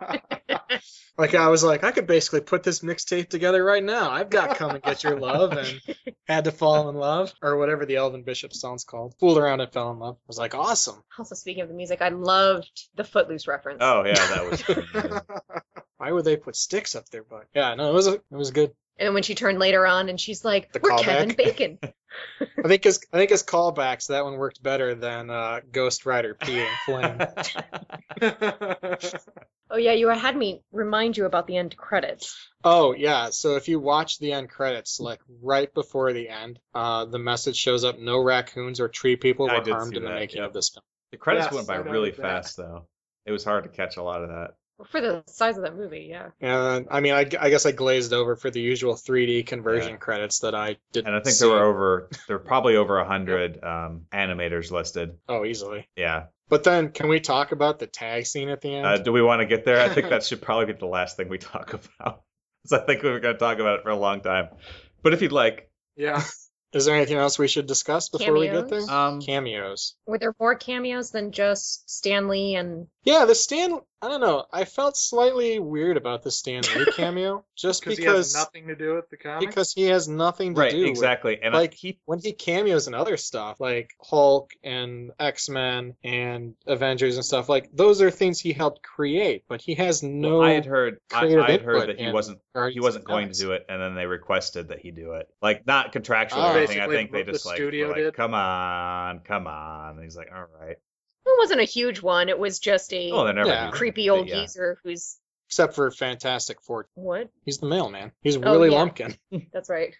S1: Like I was like, I could basically put this mixtape together right now. I've got "Come and Get Your Love" and "Had to Fall in Love" or whatever the Elvin Bishop song's called. Fooled around and fell in love. I was like, awesome.
S4: Also, speaking of the music, I loved the Footloose reference.
S2: oh yeah that was
S1: Why would they put sticks up their butt? Yeah, no, it was it was good.
S4: And then when she turned later on, and she's like,
S1: The
S4: "We're
S1: callback.
S4: Kevin Bacon."
S1: I think his I think his callbacks that one worked better than uh, Ghost Rider peeing flame.
S4: oh yeah, you had me remind you about the end credits.
S1: Oh yeah, so if you watch the end credits, like right before the end, uh, the message shows up: no raccoons or tree people
S2: I
S1: were
S2: did
S1: harmed
S2: see
S1: in the
S2: that,
S1: making
S2: yeah.
S1: of this film.
S2: the credits
S3: Yes,
S2: went by
S3: I noted
S2: really
S3: that.
S2: fast though it was hard to catch a lot of that
S4: For the size of that movie, yeah.
S1: And I mean, I, I guess I glazed over for the usual 3D conversion
S2: Yeah.
S1: credits that I didn't.
S2: and i think
S1: see.
S2: there were over there were probably over a hundred um animators listed
S1: Oh, easily.
S2: yeah
S1: But then, can we talk about the tag scene at the end?
S2: uh, do we want to get there i think that should probably be the last thing we talk about so i think we were going to talk about it for a long time but if you'd like
S3: yeah.
S1: Is there anything else we should discuss before we get there?
S4: Cameos?
S2: um
S1: Cameos.
S4: Were there more cameos than just Stan Lee and
S1: Yeah, the Stan. I don't know. I felt slightly weird about the Stan Lee cameo, just
S3: Because he has
S1: because
S3: nothing to do with the comics.
S1: because he has nothing to
S2: right
S1: do. with-
S2: exactly and
S1: like-
S2: like he
S1: When he cameos and other stuff, like Hulk and X Men and Avengers and stuff, like those are things he helped create, but he has no.
S2: Well, I had heard I,
S1: creative
S2: I had heard
S1: input
S2: that he
S1: and
S2: wasn't he
S1: Guardians
S2: wasn't
S1: of the
S2: going to
S1: Galaxy.
S2: do it, and then they requested that he do it. Like not contractual or
S1: Oh.
S2: anything. I
S3: Basically,
S2: think they
S3: the
S2: just like,
S3: studio
S2: were like
S3: did.
S2: come on, come on. And he's like, all right.
S4: It wasn't a huge one. It was just a
S2: Oh, they're never
S1: Yeah.
S2: huge.
S4: creepy old
S2: Yeah.
S4: geezer who's
S1: Except for Fantastic Four.
S4: what?
S1: He's the mailman. He's
S4: Oh,
S1: Willie
S4: yeah.
S1: Lumpkin.
S4: That's right.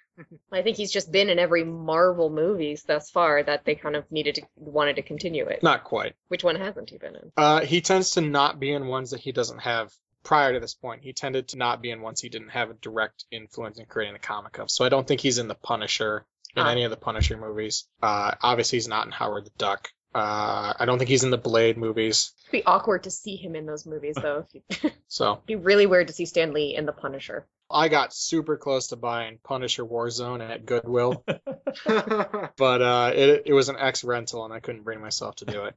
S4: I think he's just been in every Marvel movies thus far that they kind of needed to wanted to continue it.
S1: Not quite.
S4: Which one hasn't he been in?
S1: Uh, he tends to not be in ones that he doesn't have prior to this point. He tended to not be in ones he didn't have a direct influence in creating the comic of. So I don't think he's in the Punisher in
S4: Ah.
S1: any of the Punisher movies. Uh, obviously he's not in Howard the Duck. Uh, I don't think he's in the Blade movies.
S4: It'd be awkward to see him in those movies though. It'd
S1: So
S4: be really weird to see Stan Lee in The Punisher.
S1: I got super close to buying Punisher Warzone at Goodwill, but uh, it it was an ex rental and I couldn't bring myself to do it.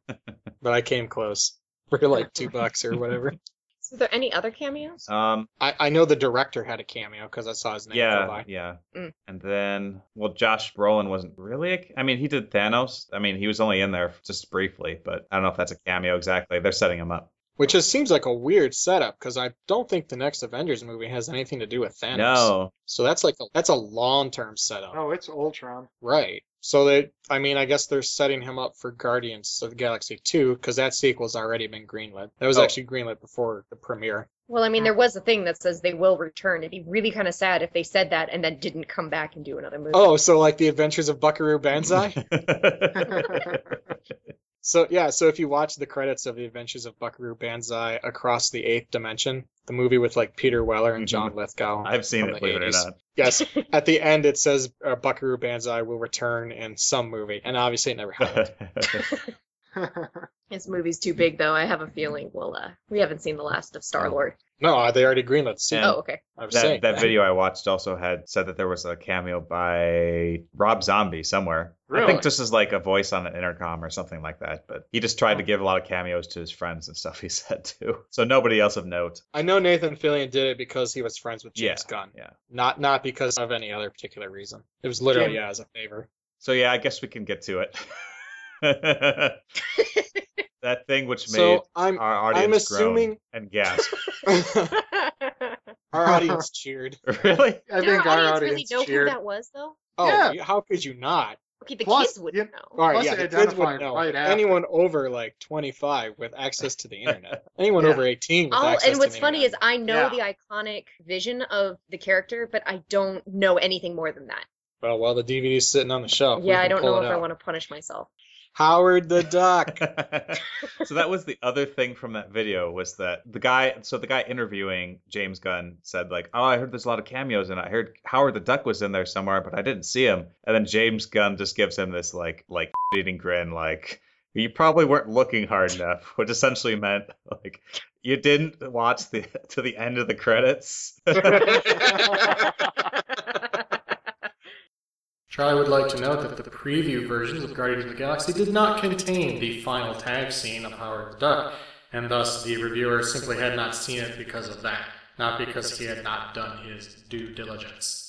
S1: but I came close for like two bucks or whatever.
S4: So are there any other cameos?
S2: Um,
S1: I, I know the director had a cameo because I saw his name go by.
S2: yeah, yeah.
S4: Mm.
S2: And then, well, Josh Brolin wasn't really. A, I mean, he did Thanos. I mean, he was only in there just briefly, but I don't know if that's a cameo exactly. They're setting him up.
S1: Which just seems like a weird setup because I don't think the next Avengers movie has anything to do with Thanos.
S2: No,
S1: So that's like a, that's a long term setup,
S3: oh, it's Ultron.
S1: right? So they, I mean, I guess they're setting him up for Guardians of the Galaxy two because that sequel's already been greenlit. That was
S2: Oh.
S1: actually greenlit before the premiere.
S4: Well, I mean, there was a thing that says they will return. It'd be really kind of sad if they said that and then didn't come back and do another movie.
S1: Oh, so like the Adventures of Buckaroo Banzai. so yeah, so if you watch the credits of the Adventures of Buckaroo Banzai across the eighth dimension, the movie with like Peter Weller and John Lithgow,
S2: Mm-hmm. I've seen
S1: from
S2: it.
S1: the
S2: Believe it or
S1: 80s.
S2: not.
S1: Yes. At the end, it says uh, Buckaroo Banzai will return in some movie, and obviously it never happened.
S4: This movie's too big, though. I have a feeling we'll, uh, we haven't seen the last of Star Lord.
S1: no, uh, they already greenlit the sequel.
S2: Yeah.
S4: Oh, okay.
S1: I was
S2: that
S1: saying
S2: that video I watched also had said that there was a cameo by Rob Zombie somewhere. I
S3: Really?
S2: think this is like a voice on an intercom or something like that. But he just tried to give a lot of cameos to his friends and stuff. He said too. So nobody else of note.
S1: I know Nathan Fillion did it because he was friends with James
S2: Yeah,
S1: Gunn,
S2: yeah.
S1: not not because of any other particular reason. It was literally
S3: Jim-
S1: yeah, as a favor.
S2: So yeah, I guess we can get to it. that thing which made
S1: So I'm
S2: our audience
S1: I'm assuming
S2: groan and gasp.
S1: our
S4: Did
S1: audience cheered.
S2: really?
S3: I
S4: our audience,
S3: think our audience
S4: really know
S3: cheered.
S4: who that was, though?
S1: Oh,
S3: Yeah.
S1: you- how could you not?
S4: Okay, the
S3: Plus,
S4: kids wouldn't know.
S1: All right,
S3: Plus
S1: yeah,
S3: they
S1: the kids would
S3: identified
S1: know.
S3: right after.
S1: Anyone over like 25 with access to the internet. Anyone
S3: Yeah.
S1: over 18 with
S4: All,
S1: access
S4: Oh, and
S1: to
S4: what's
S1: the
S4: funny
S1: internet.
S4: is I know
S3: Yeah.
S4: the iconic vision of the character, but I don't know anything more than that.
S1: well, while the DVD's sitting on the shelf, Oh, we
S4: yeah, I
S1: can
S4: don't
S1: pull
S4: know
S1: it
S4: if I
S1: out.
S4: want to punish myself.
S1: Howard the Duck.
S2: so that was the other thing from that video was that the guy so the guy interviewing James Gunn said like oh I heard there's a lot of cameos and I heard Howard the Duck was in there somewhere but I didn't see him and then James Gunn just gives him this like like eating grin like you probably weren't looking hard enough which essentially meant like you didn't watch the to the end of the credits
S6: Charlie would like to note that the preview versions of Guardians of the Galaxy did not contain the final tag scene of Howard the Duck, and thus the reviewer simply had not seen it because of that, not because he had not done his due diligence.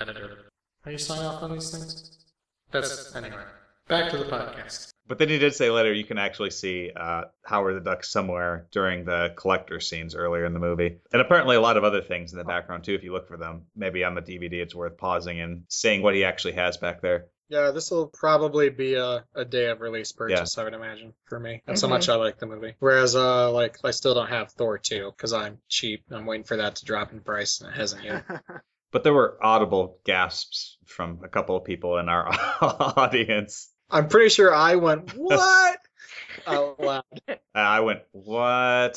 S6: Editor. Are you signing off on these things? That's anyway. Back to the podcast.
S2: But then he did say later you can actually see uh, Howard the Duck somewhere during the collector scenes earlier in the movie, and apparently a lot of other things in the background too. If you look for them, maybe on the DVD, it's worth pausing and seeing what he actually has back there.
S1: Yeah, this will probably be a, a day of release purchase, I would imagine, for me. That's
S4: Mhm.
S1: how much I like the movie. Whereas, uh, like, I still don't have Thor 2 because I'm cheap. and I'm waiting for that to drop in price, and it hasn't yet.
S2: But there were audible gasps from a couple of people in our audience.
S1: I'm pretty sure I went, What? out loud.
S2: Uh, I went, "What?"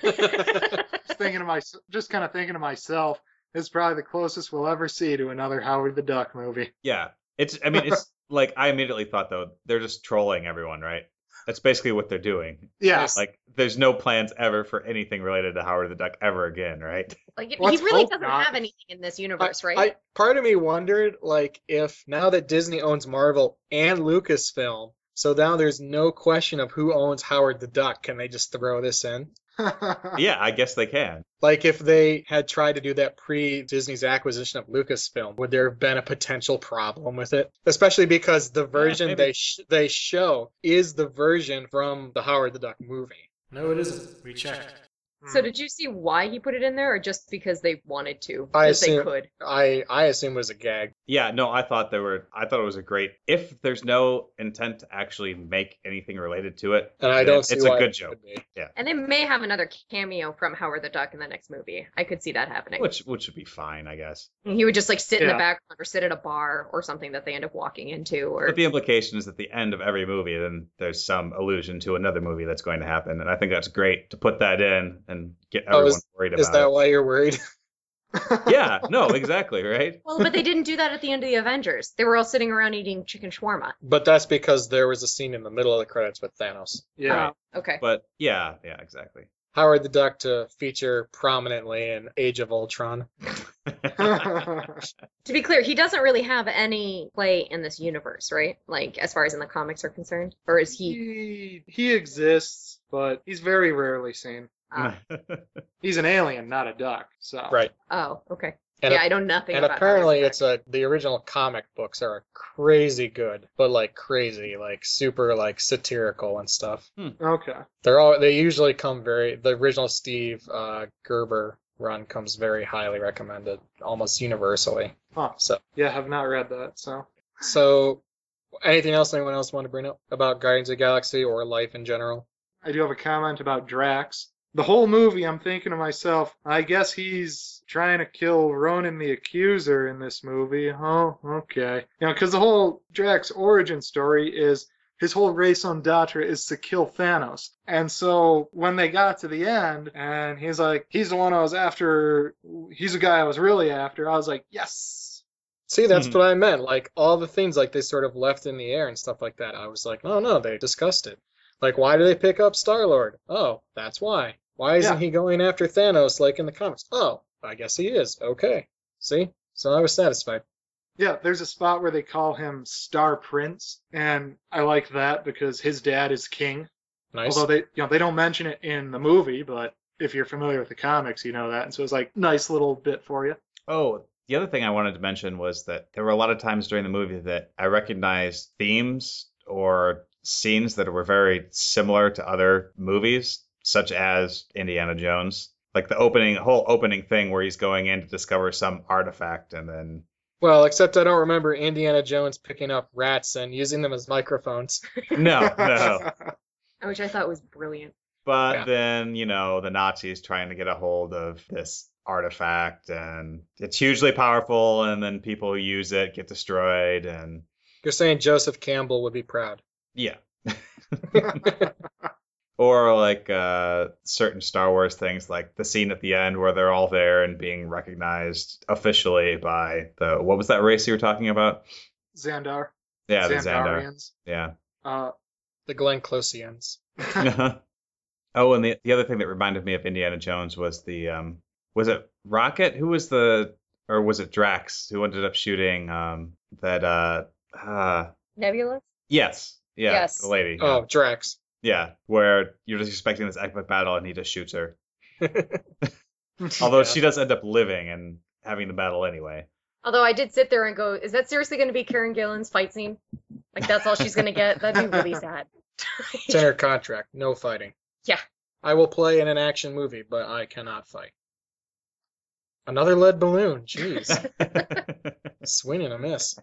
S3: just thinking to my, just kind of thinking to myself, this is probably the closest we'll ever see to another Howard the Duck movie.
S2: Yeah, it's. I mean, it's like I immediately thought though they're just trolling everyone, right? That's basically what they're doing.
S3: Yeah,
S1: Yes.
S2: Like, there's no plans ever for anything related to Howard the Duck ever again, right?
S4: Like, he
S3: Let's
S4: really
S3: hope
S4: doesn't
S3: not.
S4: have anything in this
S1: I,
S4: universe, right?
S1: I, part of me wondered, like, if now that Disney owns Marvel and Lucasfilm, so now there's no question of who owns Howard the Duck. Can they just throw this in?
S2: yeah, I guess they can.
S1: Like if they had tried to do that pre Disney's acquisition of Lucasfilm, would there have been a potential problem with it? Especially because the version
S2: maybe.
S1: they sh- they show is the version from the Howard the Duck movie.
S6: No, it isn't. We checked.
S4: So did you see why he put it in there, or just because they wanted to?
S1: I
S4: Because they
S1: assume-
S4: could.
S1: I I assume it was a gag.
S2: Yeah, no, I thought there were. I thought it was a great. If there's no intent to actually make anything related to it,
S1: And I
S2: then
S1: don't see
S2: It's
S1: why
S2: a good
S1: it
S2: joke,
S1: would be.
S4: And they may have another cameo from Howard the Duck in the next movie. I could see that happening.
S2: which which would be fine, I guess.
S4: he would just like sit in the
S3: Yeah.
S4: background or sit at a bar or something that they end up walking into. Or
S2: But the implication is at the end of every movie, then there's some allusion to another movie that's going to happen, and I think that's great to put that in and get
S1: Oh,
S2: everyone
S1: is-
S2: worried
S1: Is
S2: about
S1: that why you're worried?
S2: it. Yeah, no, exactly, right?
S4: well, but they didn't do that at the end of the Avengers. They were all sitting around eating chicken shawarma.
S1: But that's because there was a scene in the middle of the credits with Thanos.
S3: yeah.
S4: Oh, okay.
S2: But yeah, yeah, exactly.
S1: Howard the Duck to feature prominently in Age of Ultron.
S4: To be clear, he doesn't really have any play in this universe, right? Like as far as in the comics are concerned, or is he?
S3: he he exists, but he's very rarely seen.
S4: Uh,
S3: He's an alien, not a duck. So
S1: Right.
S4: oh, okay.
S1: And
S4: yeah,
S1: a-
S4: I know nothing.
S1: And
S4: about
S1: apparently,
S4: Howard
S1: it's a the original comic books are crazy good, but like crazy, like super like satirical and stuff.
S3: Okay.
S1: They're all they usually come very. The original Steve uh, Gerber run comes very highly recommended, almost universally.
S3: Huh.
S1: So
S3: Yeah, have not read that. So
S1: so. Anything else anyone else want to bring up about Guardians of the Galaxy or life in general?
S3: I do have a comment about Drax. The whole movie, I'm thinking to myself, I guess he's trying to kill Ronan the Accuser in this movie. Oh, okay. You know, because the whole Drax origin story is his whole raison d'etre is to kill Thanos. And so when they got to the end, and he's like, he's the one I was after, he's the guy I was really after, I was like, yes.
S1: See, that's
S2: Mhm.
S3: Mm-hmm.
S1: what I meant. Like all the things like they sort of left in the air and stuff like that. I was like, "Oh, no, no, they discussed it. Like, why do they pick up Star Lord? Oh, that's why. Why isn't
S3: Yeah.
S1: he going after Thanos like in the comics? Oh, I guess he is. Okay. See? So I was satisfied.
S3: Yeah, there's a spot where they call him Star Prince, and I like that because his dad is king.
S1: Nice.
S3: Although they, you know, they don't mention it in the movie, but if you're familiar with the comics, you know that. And so it's like nice little bit for you.
S2: Oh, the other thing I wanted to mention was that there were a lot of times during the movie that I recognized themes or scenes that were very similar to other movies, such as Indiana Jones. Like the opening, whole opening thing where he's going in to discover some artifact, and then
S1: well, except I don't remember Indiana Jones picking up rats and using them as microphones.
S2: no, no,
S4: Duck, which I thought was brilliant.
S2: But
S1: Yeah.
S2: then, you know, the Nazis trying to get a hold of this artifact and it's hugely powerful and then people who use it get destroyed and
S1: You're saying Joseph Campbell would be proud.
S2: yeah. or like uh certain Star Wars things like the scene at the end where they're all there and being recognized officially by the what was that race you were talking about?
S3: Xandar.
S2: Yeah,
S3: Xandarians.
S2: the Xandar.
S3: Uh,
S1: The Glenn Closians.
S2: Yeah. oh, and the the other thing that reminded me of Indiana Jones was the um was it Rocket? Who was the or was it Drax who ended up shooting um that uh uh
S4: Nebula.
S2: yes. Yeah,
S4: Yes.
S2: the lady.
S1: Oh, Drax.
S2: Yeah, where you're just expecting this epic battle and he just shoots her. Although she does end up living and having the battle anyway.
S4: Although I did sit there and go, is that seriously going to be Karen Gillan's fight scene? Like that's all she's going to get? That'd be really sad.
S1: It's in her contract. No fighting.
S4: Yeah.
S1: I will play in an action movie, but I cannot fight. Another lead balloon. Jeez. Swing and a miss.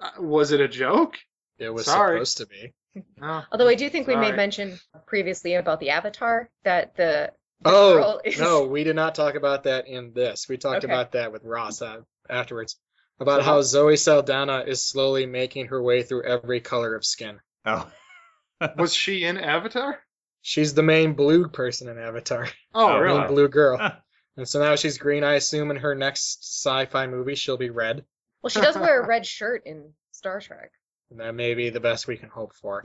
S3: uh, was it a joke?
S1: It was
S3: Sorry.
S1: supposed to be.
S3: No.
S4: Although I do think we made
S3: Sorry.
S4: mention previously about the Avatar that the girl
S1: Oh,
S4: is-
S1: no, we did not talk about that in this. We talked
S4: Okay.
S1: about that with Ross uh, afterwards. About
S3: Uh-huh.
S1: how Zoe Saldana is slowly making her way through every color of skin.
S2: oh.
S3: Was she in Avatar?
S1: She's the main blue person in Avatar,
S3: Oh,
S2: Oh,
S1: main
S3: really?
S2: wow.
S1: blue girl.
S2: Huh.
S1: and so now she's green. I assume in her next sci fi movie, she'll be red.
S4: Well, she does wear a red shirt in Star Trek.
S1: And that may be the best we can hope for.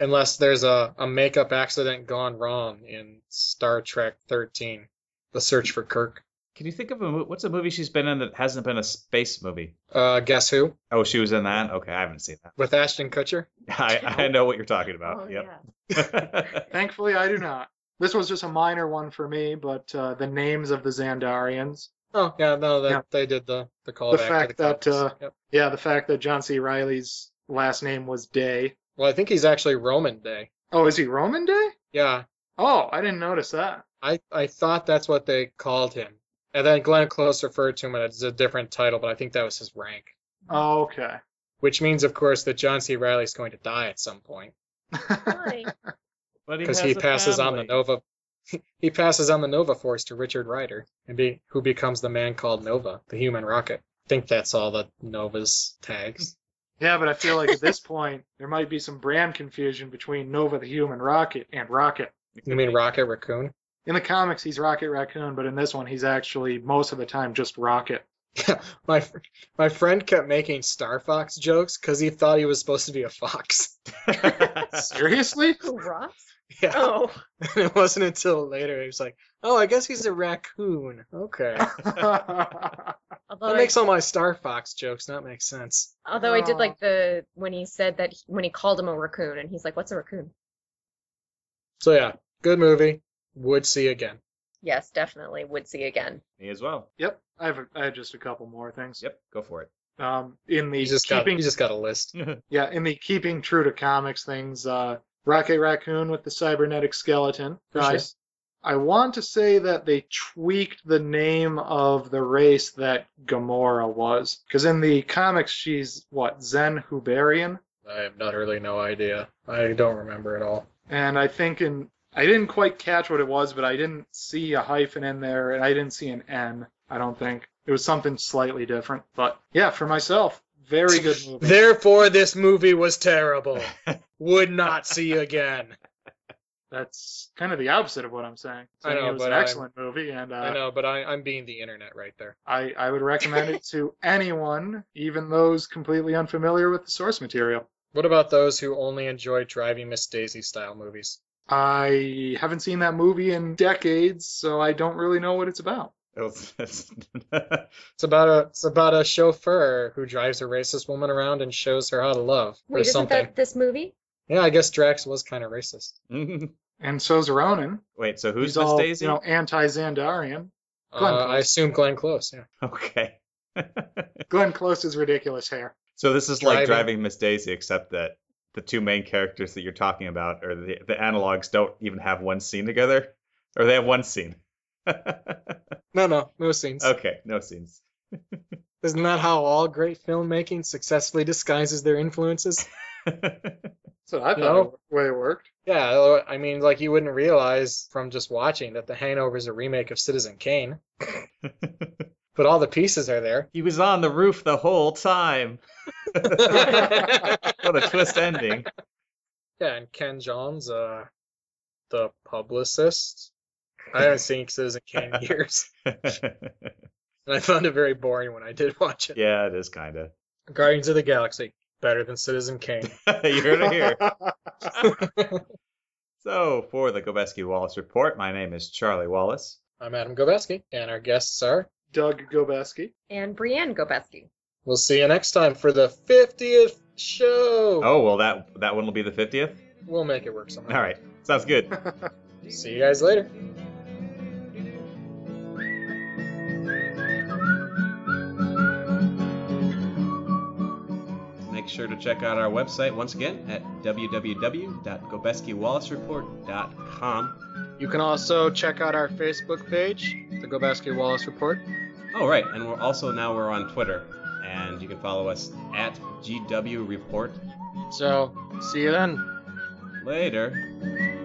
S1: unless there's a, a makeup accident gone wrong in Star Trek 13, The Search for Kirk.
S2: Can you think of a mo- what's a movie she's been in that hasn't been a space movie?
S1: Uh, guess who?
S2: Oh, she was in that? Okay, I haven't seen that.
S1: With Ashton Kutcher.
S2: I, I know what you're talking
S4: oh
S2: about. yep.
S4: yeah.
S3: Thankfully, I do not. This was just a minor one for me, but uh, the names of the Xandarians.
S1: Oh yeah, no, that
S3: Yeah.
S1: they did the the callback.
S3: fact
S1: to the
S3: that, uh,
S1: comics. Yep.
S3: Yeah, the fact that John C. Riley's last name was Day.
S1: Well, I think he's actually Roman Day.
S3: Oh, is he Roman Day?
S1: Yeah,
S3: Oh, I didn't notice that.
S1: I, I thought that's what they called him. And then Glenn Close referred to him as a different title, but I think that was his rank.
S3: Oh, okay.
S1: Which means, of course, that John C. Riley is going to die at some point
S4: Why?
S2: But
S1: because
S2: has
S1: he
S2: a
S1: passes on the
S2: family.
S1: Nova. He passes on the Nova Force to Richard Ryder, and be, who becomes the man called Nova, the human rocket. I think that's all the Nova's tags.
S3: yeah, but I feel like at this point there might be some brand confusion between Nova the Human Rocket and Rocket.
S1: You mean Rocket Raccoon?
S3: In the comics, he's Rocket Raccoon, but in this one, he's actually most of the time just Rocket.
S1: my fr- my friend kept making Star Fox jokes because he thought he was supposed to be a fox.
S3: Seriously?
S4: Who, Ross?
S1: Yeah,
S4: Oh.
S1: and it wasn't until later he was like, "Oh, I guess he's a raccoon." Okay,
S4: Although
S1: that
S4: I,
S1: makes all my Star Fox jokes not make sense.
S4: although I did
S3: Oh.
S4: like the when he said that he- when he called him a raccoon and he's like, "What's a raccoon?"
S1: So yeah, good movie. Would see again.
S4: Yes, definitely would see again.
S2: Me as well.
S3: yep. I have, a, I have just a couple more things.
S2: Yep, go for it.
S3: Um, in the
S1: You just got
S3: keeping
S1: you just got a list.
S3: Yeah, in the keeping true to comics things, uh, Rocket Raccoon with the cybernetic skeleton.
S1: For
S3: I-
S1: sure.
S3: I want to say that they tweaked the name of the race that Gamora was, because in the comics she's what Zen Hubarian,
S1: I have not really no idea. I don't remember at all.
S3: and I think in I didn't quite catch what it was, but I didn't see a hyphen in there, and I didn't see an N. I don't think it was something slightly different. But yeah, for myself, very good movie.
S1: Therefore, this movie was terrible. Would not see again.
S3: That's kind of the opposite of what I'm saying.
S1: I know,
S3: Saying it was
S1: but
S3: an
S1: I'm-
S3: excellent movie, and uh,
S1: I know, but I, I'm being the internet right there.
S3: I, I would recommend it to anyone, even those completely unfamiliar with the source material.
S1: What about those who only enjoy driving Miss Daisy style movies?
S3: I haven't seen that movie in decades, so I don't really know what it's about.
S2: Mm-hmm.
S1: It's about a it's about a chauffeur who drives a racist woman around and shows her how to love or
S4: Wait, isn't
S1: something.
S4: that this movie?
S1: Yeah, I guess Drax was kind of racist.
S3: And so's Ronan.
S2: Wait, so who's
S3: He's
S2: Miss
S3: all,
S2: Daisy?
S3: You know, anti-Zandarian. Glenn
S1: Uh, I
S3: Close.
S1: assume Glenn Close. Yeah.
S2: Okay.
S3: Glenn Close's ridiculous hair.
S2: so this is like
S1: Driving.
S2: driving Miss Daisy, except that the two main characters that you're talking about, or the, the analogs, don't even have one scene together, or they have one scene.
S1: No, no, no scenes.
S2: okay, no scenes.
S1: Isn't that how all great filmmaking successfully disguises their influences?
S3: So I thought
S1: No.
S3: it, way it worked.
S1: Yeah, although, I mean, like you wouldn't realize from just watching that The Hangover is a remake of Citizen Kane, but all the pieces are there.
S2: he was on the roof the whole time. What a twist ending.
S1: Yeah, and Ken Johns, uh, the publicist. I haven't seen Citizen Kane in years, and I found it very boring when I did watch it.
S2: yeah, it is kind of.
S1: Guardians of the Galaxy, better than Citizen Kane.
S2: you heard it here. So, for the Gobeski Wallace Report, my name is Charlie Wallace.
S1: I'm Adam Gobeski, and our guests are.
S3: Doug Gobeski.
S4: And Brienne Gobeski.
S1: We'll see you next time for the 50th show.
S2: Oh, well, that that one will be the 50th?
S1: We'll make it work somehow.
S2: All right. Sounds good.
S1: See you guys later.
S2: Make sure to check out our website once again at www.gobeskiwallacereport.com.
S1: You can also check out our Facebook page, The Go Basket Wallace Report.
S2: Oh, right. And we're also now we're on Twitter. And you can follow us at GW Report.
S1: So, see you then.
S2: Later.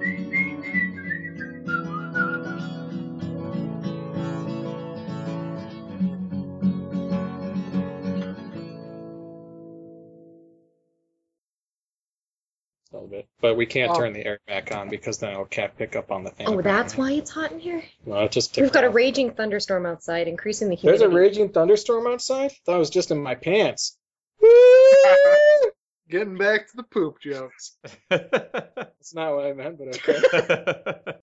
S1: A little bit. But we can't
S3: Oh.
S1: turn the air back on because then it'll cat pick up on the thing.
S4: Oh, that's why it's hot in here.
S1: No, it just
S4: We've
S1: picked
S4: got a
S1: up.
S4: raging thunderstorm outside, increasing the
S1: There's
S4: humidity.
S1: a raging thunderstorm outside? That was just in my pants.
S3: Getting back to the poop jokes.
S1: That's not what I meant, but okay.